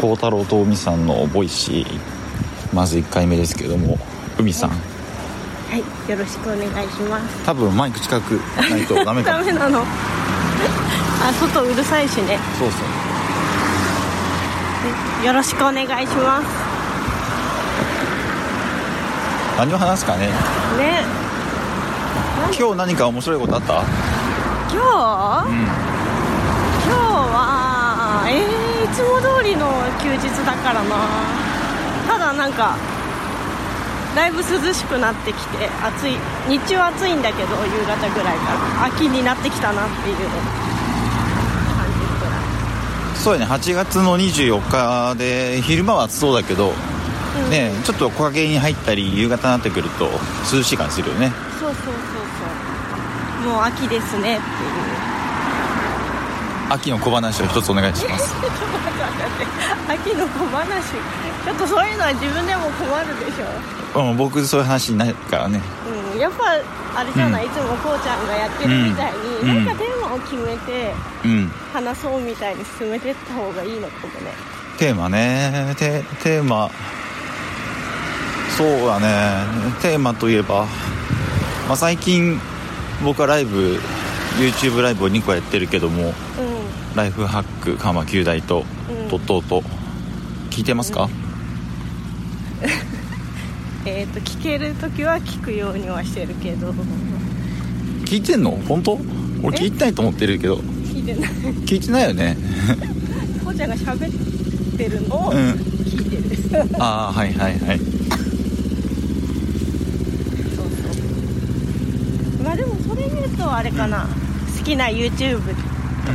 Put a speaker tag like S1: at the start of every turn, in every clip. S1: 孝太郎と海さんのボイシーまず1回目ですけども海さん
S2: はい、よろしくお願いします。
S1: 多分マイク近くないとダメか
S2: ダ
S1: も
S2: メなの。あ、外うるさいしね。
S1: そうそう
S2: よろしくお願いします。
S1: 何を話すかね
S2: ね、
S1: 今日何か面白いことあった
S2: 今日、
S1: ん
S2: 今日は、えー、いつも通りの休日だからな。ただなんか、だいぶ涼しくなってきて、暑い、日中は暑いんだけど、夕方ぐらいから、秋になってきたなっていう感じぐらい。
S1: そうやね8月の24日で昼間は暑そうだけど、
S2: うん
S1: ねちょっと木陰に入ったり夕方になってくると涼しい感じするよね
S2: そうそうそうそうもう秋ですねっていう
S1: 秋の小話を一つお願いします
S2: 秋の小話ちょっとそういうのは自分でも困るでしょ、
S1: うん僕そういう話にないからね
S2: うん、やっぱあれじゃない、
S1: う
S2: いつもこうちゃんがやってるみたいに、
S1: うん
S2: なんかテーマを決めて
S1: うん
S2: 話そうみたいに進めてった方がいいのかもね
S1: テーマねテテーマそうだねテーマといえば、まあ、最近僕はライブ YouTube ライブを2個やってるけども
S2: う
S1: ライフハック鎌9大と
S2: うん
S1: とっとうと聞いてますか、
S2: んえっ、と聞ける時は聞くようにはしてるけど
S1: 聞いてんの本当俺
S2: え
S1: 聞いてないと思ってるけど
S2: 聞いてない
S1: 聞いてないよね
S2: こうちゃんが喋ってるのを
S1: うん
S2: 聞いてる、
S1: ああはいはいはい
S2: そうそうまあでもそれ見るとあれかな、好きな YouTube と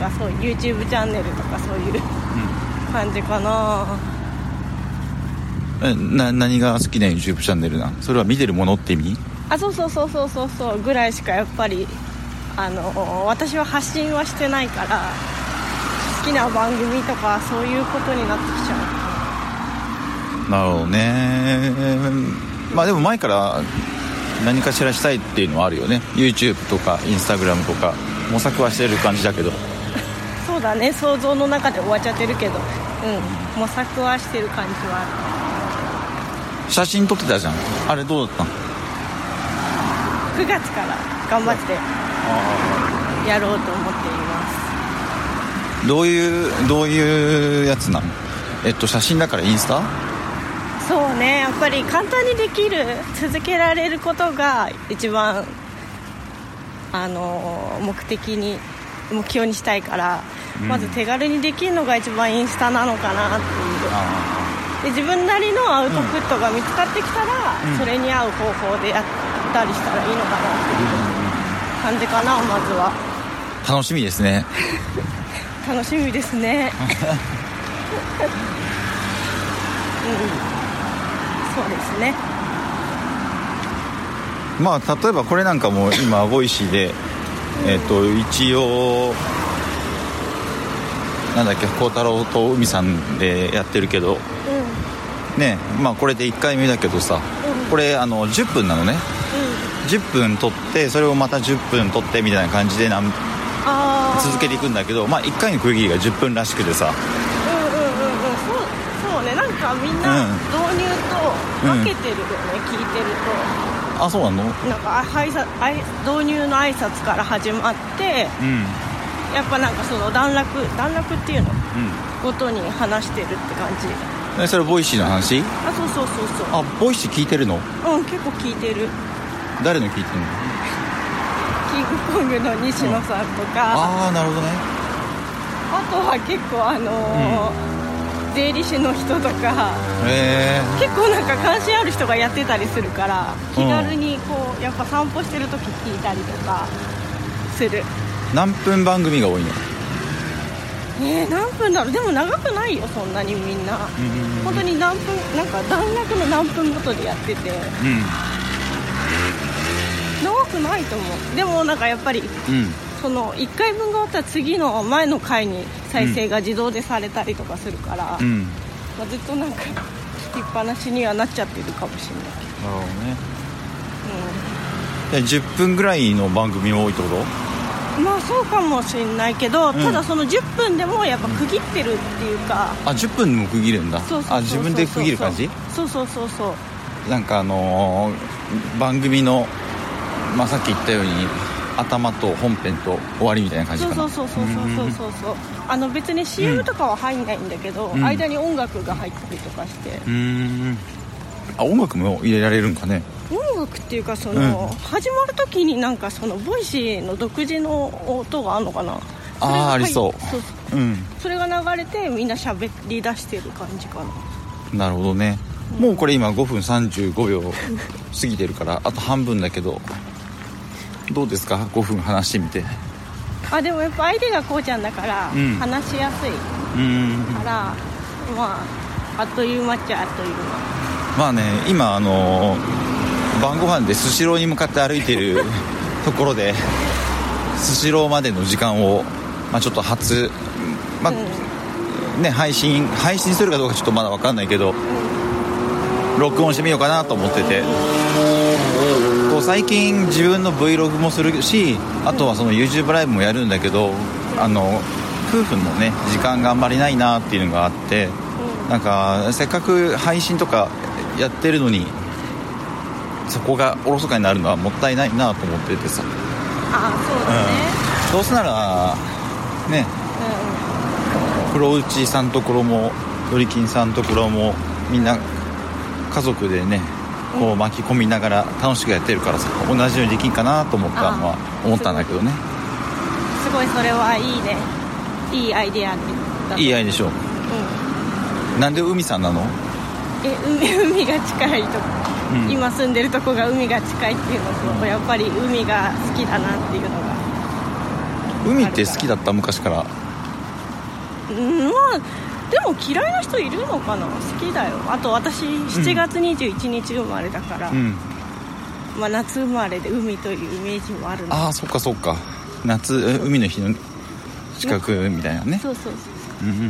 S2: か、そう YouTube チャンネルとかそういう感じかな
S1: えな何が好きな YouTube チャンネルなんそれは見てるものって意味
S2: あそうそうそうそうそうそうぐらいしかやっぱりあの私は発信はしてないから好きな番組とかそういうことになってきちゃ
S1: なるほどねまあでも前から何かしらしたいっていうのはあるよね YouTube とか Instagram とか模索はしてる感じだけど
S2: うそうだね想像の中で終わっちゃってるけどうん模索はしてる感じはある
S1: 写真撮ってたじゃんあれどうだったの
S2: 9月から頑張ってやろうと思っています
S1: どういうどういうやつなのえっと写真だからインスタ
S2: そうねやっぱり簡単にできる続けられることが一番あの目的に目標にしたいから、
S1: うん
S2: まず手軽にできるのが一番インスタなのかなっていうで自分なりのアウトプットが見つかってきたら、
S1: うん
S2: それに合う方法でやったりしたらいいのかなっていう感じかなまずは
S1: 楽しみですね
S2: 楽しみで すねうんそうですね
S1: まあ例えばこれなんかも今ボイシーで、えっと一応なんだっけ孝太郎と海さんでやってるけど
S2: うん
S1: ねまあこれで1回目だけどさ、
S2: うん
S1: これあの10分なのね
S2: うん
S1: 10分撮ってそれをまた10分撮ってみたいな感じでなん
S2: あー
S1: 続けていくんだけどまあ1回の区切りが10分らしくてさ
S2: うんうんうんうんそうそうねなんかみんな
S1: うん
S2: 導入と分けてるよね、聞いてる
S1: あそうなの
S2: となんかあ挨拶あい導入の挨拶から始まって
S1: うん
S2: やっぱなんかその段落段落っていうの
S1: う
S2: ごとに話してるって感じ
S1: んでそれボイシーの話
S2: あそうそうそう
S1: あボイシー聞いてるの
S2: そううん結構聞いてる
S1: 誰の聞いてるの
S2: キングコングの西野さんとか、
S1: ああなるほどね
S2: あとは結構あのー税理士の人とか
S1: へえ
S2: 結構なんか関心ある人がやってたりするから気軽にこうやっぱ散歩してる時聞いたりとかする
S1: 何分番組が多いの
S2: ねえ何分だろうでも長くないよそんなにみんな本当に何分なんか段落の何分ごとでやってて長くないと思うでもなんかやっぱり
S1: うんうん
S2: その1回分が終わったら次の前の回に再生が自動でされたりとかするから、
S1: うん
S2: まあ、ずっとなんか聞きっぱなしにはなっちゃってるかもしれないけ
S1: なるほどね
S2: ど、うん
S1: で10分ぐらいの番組も多いってこと
S2: まあそうかもしれないけど、
S1: ん
S2: ただその10分でもやっぱ区切ってるっていうか、
S1: あ10分でも区切るんだ
S2: そうそうそうそう
S1: あ自分で区切る感じ
S2: そうそうそうそう
S1: なんかあのー番組の、まあ、さっき言ったように頭と本編と終わりみたいな感じ
S2: そ
S1: か
S2: う
S1: な
S2: そうそうそうそうそうそうそうあの別に CM とかは入んないんだけど、
S1: ん
S2: 間に音楽が入ったりとかして、
S1: うーんあ音楽も入れられるんかね
S2: 音楽っていうかそ
S1: うん
S2: の、始まる時になんかそのボイシーの独自の音があるのかな
S1: あー
S2: れが入っ
S1: ありそう
S2: そう
S1: うん
S2: それが流れてみんな喋り出してる感じかな
S1: なるほどねもうこれ今5分35秒過ぎてるからあと半分だけどどうですか5分話してみて
S2: あでもやっぱ相手がこうちゃんだから
S1: うん
S2: 話しやすいう
S1: ーん
S2: から、まああっという間っちゃあっという間
S1: まあね今あのー晩ご飯でスシローに向かって歩いてるところでスシローまでの時間を、まあ、ちょっと初、まあね、配信配信するかどうかちょっとまだ分かんないけど録音してみようかなと思っててこう最近自分の Vlog もするしあとはその YouTube ライブもやるんだけどあの夫婦のね時間があんまりないなっていうのがあってなんかせっかく配信とかやってるのにそこがおろそかになるのはもったいないなと思っててさ
S2: ああそうだね、
S1: どうせならね
S2: う
S1: 黒内さんところもドリキンさんところもみんな家族でねこう巻き込みながら楽しくやってるからさ同じようにできんかなと思ったのは
S2: あ
S1: 思ったんだけどね
S2: んすごいそれはいいねいいアイディアだ
S1: いい
S2: アイ
S1: 合いでしょなんで海さんなの
S2: え海海が近いとこ、
S1: うん
S2: 今住んでるとこが海が近いっていうのとやっぱり海が好きだなっていうのが
S1: 海って好きだった昔から
S2: うんまあでも嫌いな人いるのかな好きだよあと私7月21日生まれだから、
S1: うん
S2: まあ、夏生まれで海というイメージもあるの
S1: ああそっかそっか夏え海の日の近くみたいなね
S2: そうそうそう
S1: うんうんう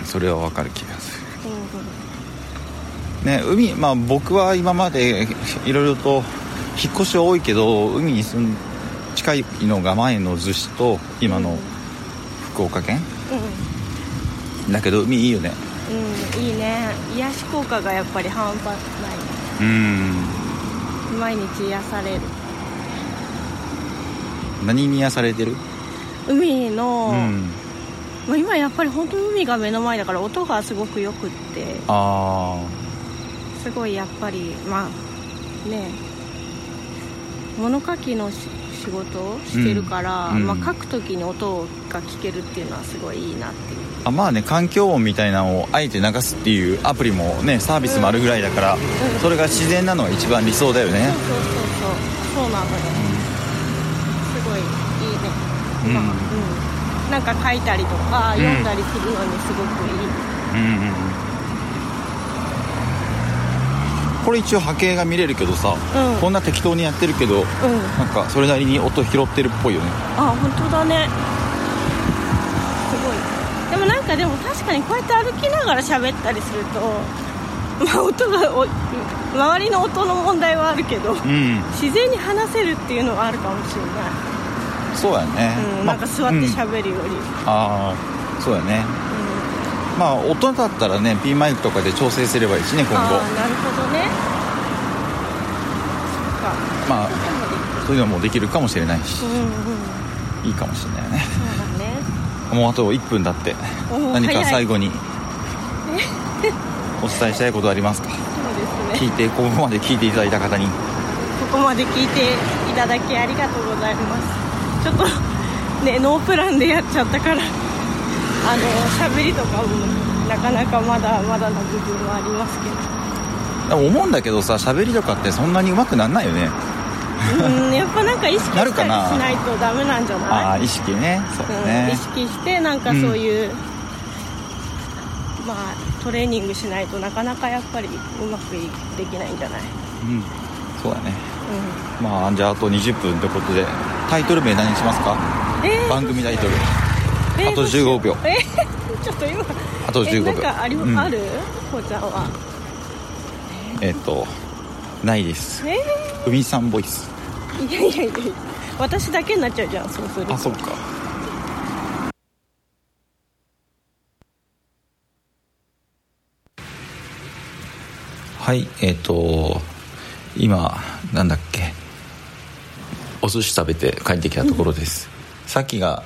S1: んそれはわかる気がする
S2: そう、うん
S1: ね海まあ僕は今までいろいろと引っ越しは多いけど海に住ん近いのが前の逗子と今の福岡県だけど海いいよね
S2: うんうん、いいね癒し効果がやっぱり半端ない
S1: うん
S2: 毎日癒される
S1: 何に癒されてる
S2: 海の、
S1: うん
S2: まあ、今やっぱり本当に海が目の前だから音がすごくよくって
S1: あ
S2: すごいやっぱりまあね物書きのし仕事をしてるから、
S1: うん
S2: ま
S1: うん
S2: あ、書く時に音が聞けるっていうのはすごいいいなっていう
S1: ーあまあね環境音みたいなのをあえて流すっていうアプリもねサービスもあるぐらいだから
S2: うん
S1: それが自然なのが一番理想だよ
S2: そうそうそうそう
S1: ね
S2: そうなのよ、すごいいいね、
S1: うん
S2: まあうん、なんか書いたりとか
S1: うん
S2: 読んだりするのにすごくいい、
S1: うんうんうんこれ一応波形が見れるけどさ、
S2: うん
S1: こんな適当にやってるけど
S2: うん
S1: なんかそれなりに音拾ってるっぽいよね
S2: あ本当だねすごいでもなんかでも確かにこうやって歩きながら喋ったりすると まあ音がお周りの音の問題はあるけど
S1: うん
S2: 自然に話せるっていうのはあるかもしれな
S1: そうやね、
S2: い、うん、
S1: ま
S2: な
S1: あ
S2: んか座って
S1: うん
S2: 喋るより、
S1: ああそうやねまあ音だったらねピンマイクとかで調整すればいいしね今後
S2: ああなるほどねそっか
S1: まあ
S2: そういうのもできる
S1: そういうのもできるかもしれないし
S2: うんう
S1: い
S2: ん
S1: いかもしれないよね
S2: そうだね
S1: もうあと1分だって
S2: おー
S1: 何か
S2: 早い
S1: 最後 にお伝えしたいことありますか
S2: そうです
S1: 聞
S2: ね
S1: いてここまで聞いていただいた方に
S2: ここまで聞いていただきありがとうございますちょっとねノープランでやっちゃったからあの喋りとかもなかなかまだまだな部分はありますけど
S1: でも思うんだけどさ喋りとかってそんなに上手くなんないよね
S2: うんやっぱなんか意識した
S1: な
S2: り
S1: る
S2: し
S1: かな
S2: ないとダメなんじゃ
S1: あ
S2: な
S1: あ
S2: い
S1: ー意識ねそうだ
S2: うん、
S1: ね
S2: 意識してなんかそういう、まあトレーニングしないとなかなかやっぱりうまくできないんじゃない、
S1: うんそうだね
S2: うん
S1: まあじゃああと20分ってことでタイトル名何にしますか
S2: えー
S1: 番組タイトル
S2: えー
S1: あと
S2: どうしよう
S1: 15秒
S2: え ーちょっと今
S1: あと15秒
S2: えなんかあり、
S1: うん
S2: あるこうちゃんは
S1: えっとないです
S2: え
S1: 海さんボイス
S2: ー、いやいやいや私だけになっちゃうじゃんそうすると
S1: あそっかはいえっ、と今なんだっけお寿司食べて帰ってきたところです、さっきが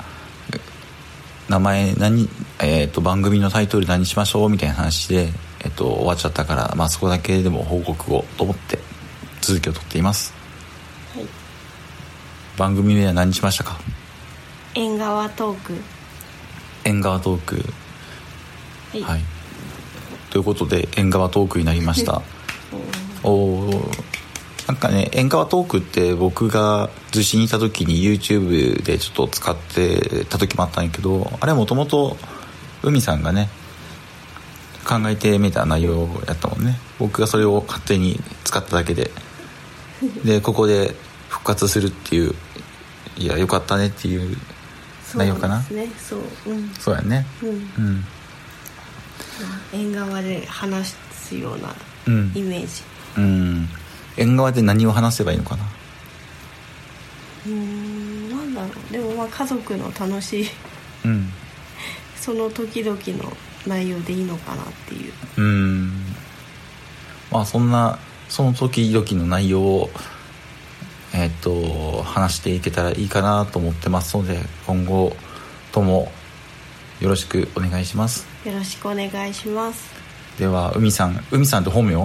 S1: 名前何、えー、と番組のタイトル何しましょうみたいな話で、えー、と終わっちゃったから、まあ、そこだけでも報告をと思って続きを取っています
S2: はい
S1: 番組では何しましたか
S2: 縁側トーク
S1: 縁側トーク
S2: はい、
S1: はい、ということで縁側トークになりましたおーなんかね縁側トークって僕が逗子にいた時に YouTube でちょっと使ってた時もあったんやけどあれもともと海さんがね考えてみた内容やったもんね僕がそれを勝手に使っただけででここで復活するっていういやよかったねっていう
S2: そう
S1: 内容かな
S2: ですねそううん
S1: そうやね
S2: うん
S1: うん
S2: 縁側で話すような
S1: うん
S2: イメージ
S1: うん縁側で何を話せばいいのかな
S2: うーんなんだろうでもまあ家族の楽しい
S1: うん
S2: その時々の内容でいいのかなっていう
S1: うんまあそんなその時々の内容をえっ、と話していけたらいいかなと思ってますので今後ともよろしくお願いします
S2: よろしくお願いします
S1: では海さん海さんって本名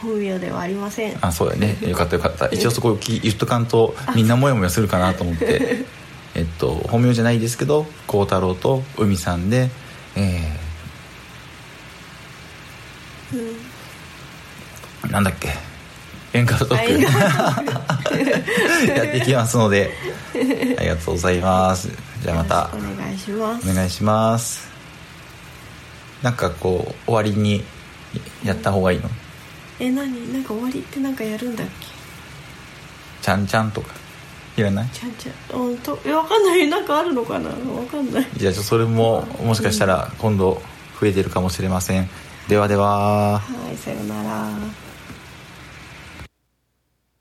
S2: 本名ではありません
S1: あそうだねよかったよかった一応そこき言っとかんとみんなモヤモヤするかなと思ってえっと本名じゃないですけど孝太郎と海さんでえ
S2: うん
S1: ー、なんだっけ演歌ト
S2: あ
S1: ー
S2: 縁
S1: ク
S2: 側トーク
S1: やっていきますのでありがとうございますじゃあまた
S2: よろしくお願いします
S1: お願いしますなんかこう終わりにやった方がいいの
S2: え何なんか終わりってなんかやるんだっ
S1: ちゃんちゃんとかいらない
S2: けちゃんちゃんうんとえわかんないなんかあるのかなわかんない
S1: じゃあちょそれももしかしたら今度増えてるかもしれませんではでは
S2: はいさようなら